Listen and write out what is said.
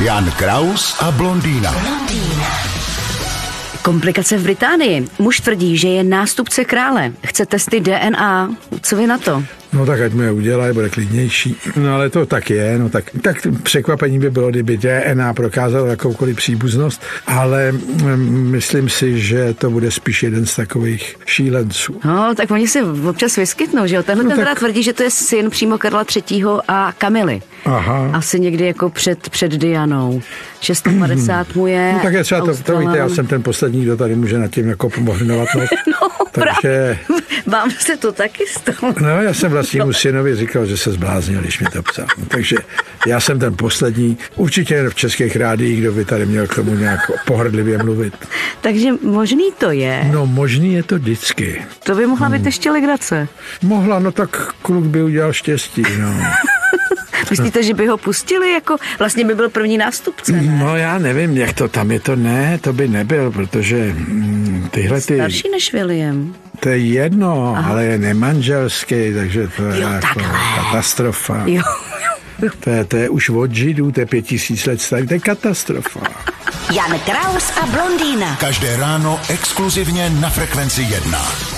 Jan Kraus a blondýna. Komplikace v Británii. Muž tvrdí, že je nástupce krále. Chce testy DNA. Co vy na to? No tak ať mu je udělají, bude klidnější. No ale to tak je, no tak, tak překvapení by bylo, kdyby DNA prokázalo jakoukoliv příbuznost, ale mm, myslím si, že to bude spíš jeden z takových šílenců. No, tak oni si občas vyskytnou, že jo? Tenhle No no, ten tak- teda tvrdí, že to je syn přímo Karla III. a Kamily. Aha. Asi někdy jako před, před Dianou. 650 mu je. No, tak je třeba to, to Australem. víte, já jsem ten poslední, kdo tady může nad tím jako pomohnovat. No. No, Takže, Vám se to taky stalo. no já jsem vlastnímu synovi říkal, že se zbláznil, když mi to psal. No, takže já jsem ten poslední, určitě v českých rádiích, kdo by tady měl k tomu nějak pohrdlivě mluvit. Takže možný to je. No možný je to vždycky. To by mohla být ještě legrace. Mohla, no tak kluk by udělal štěstí, no. Myslíte, že by ho pustili? Jako, vlastně by byl první nástupce, ne? No já nevím, jak to tam je, to ne, to by nebyl, protože mm, tyhle ty, Starší než William. to je jedno, Aha. ale je nemanželský, takže to je Jo, jako takhle. katastrofa. Jo. To je, to je už od židů, to je pět tisíc let starý, to je katastrofa. Jan Kraus a blondýna. Každé ráno exkluzivně na Frekvenci 1.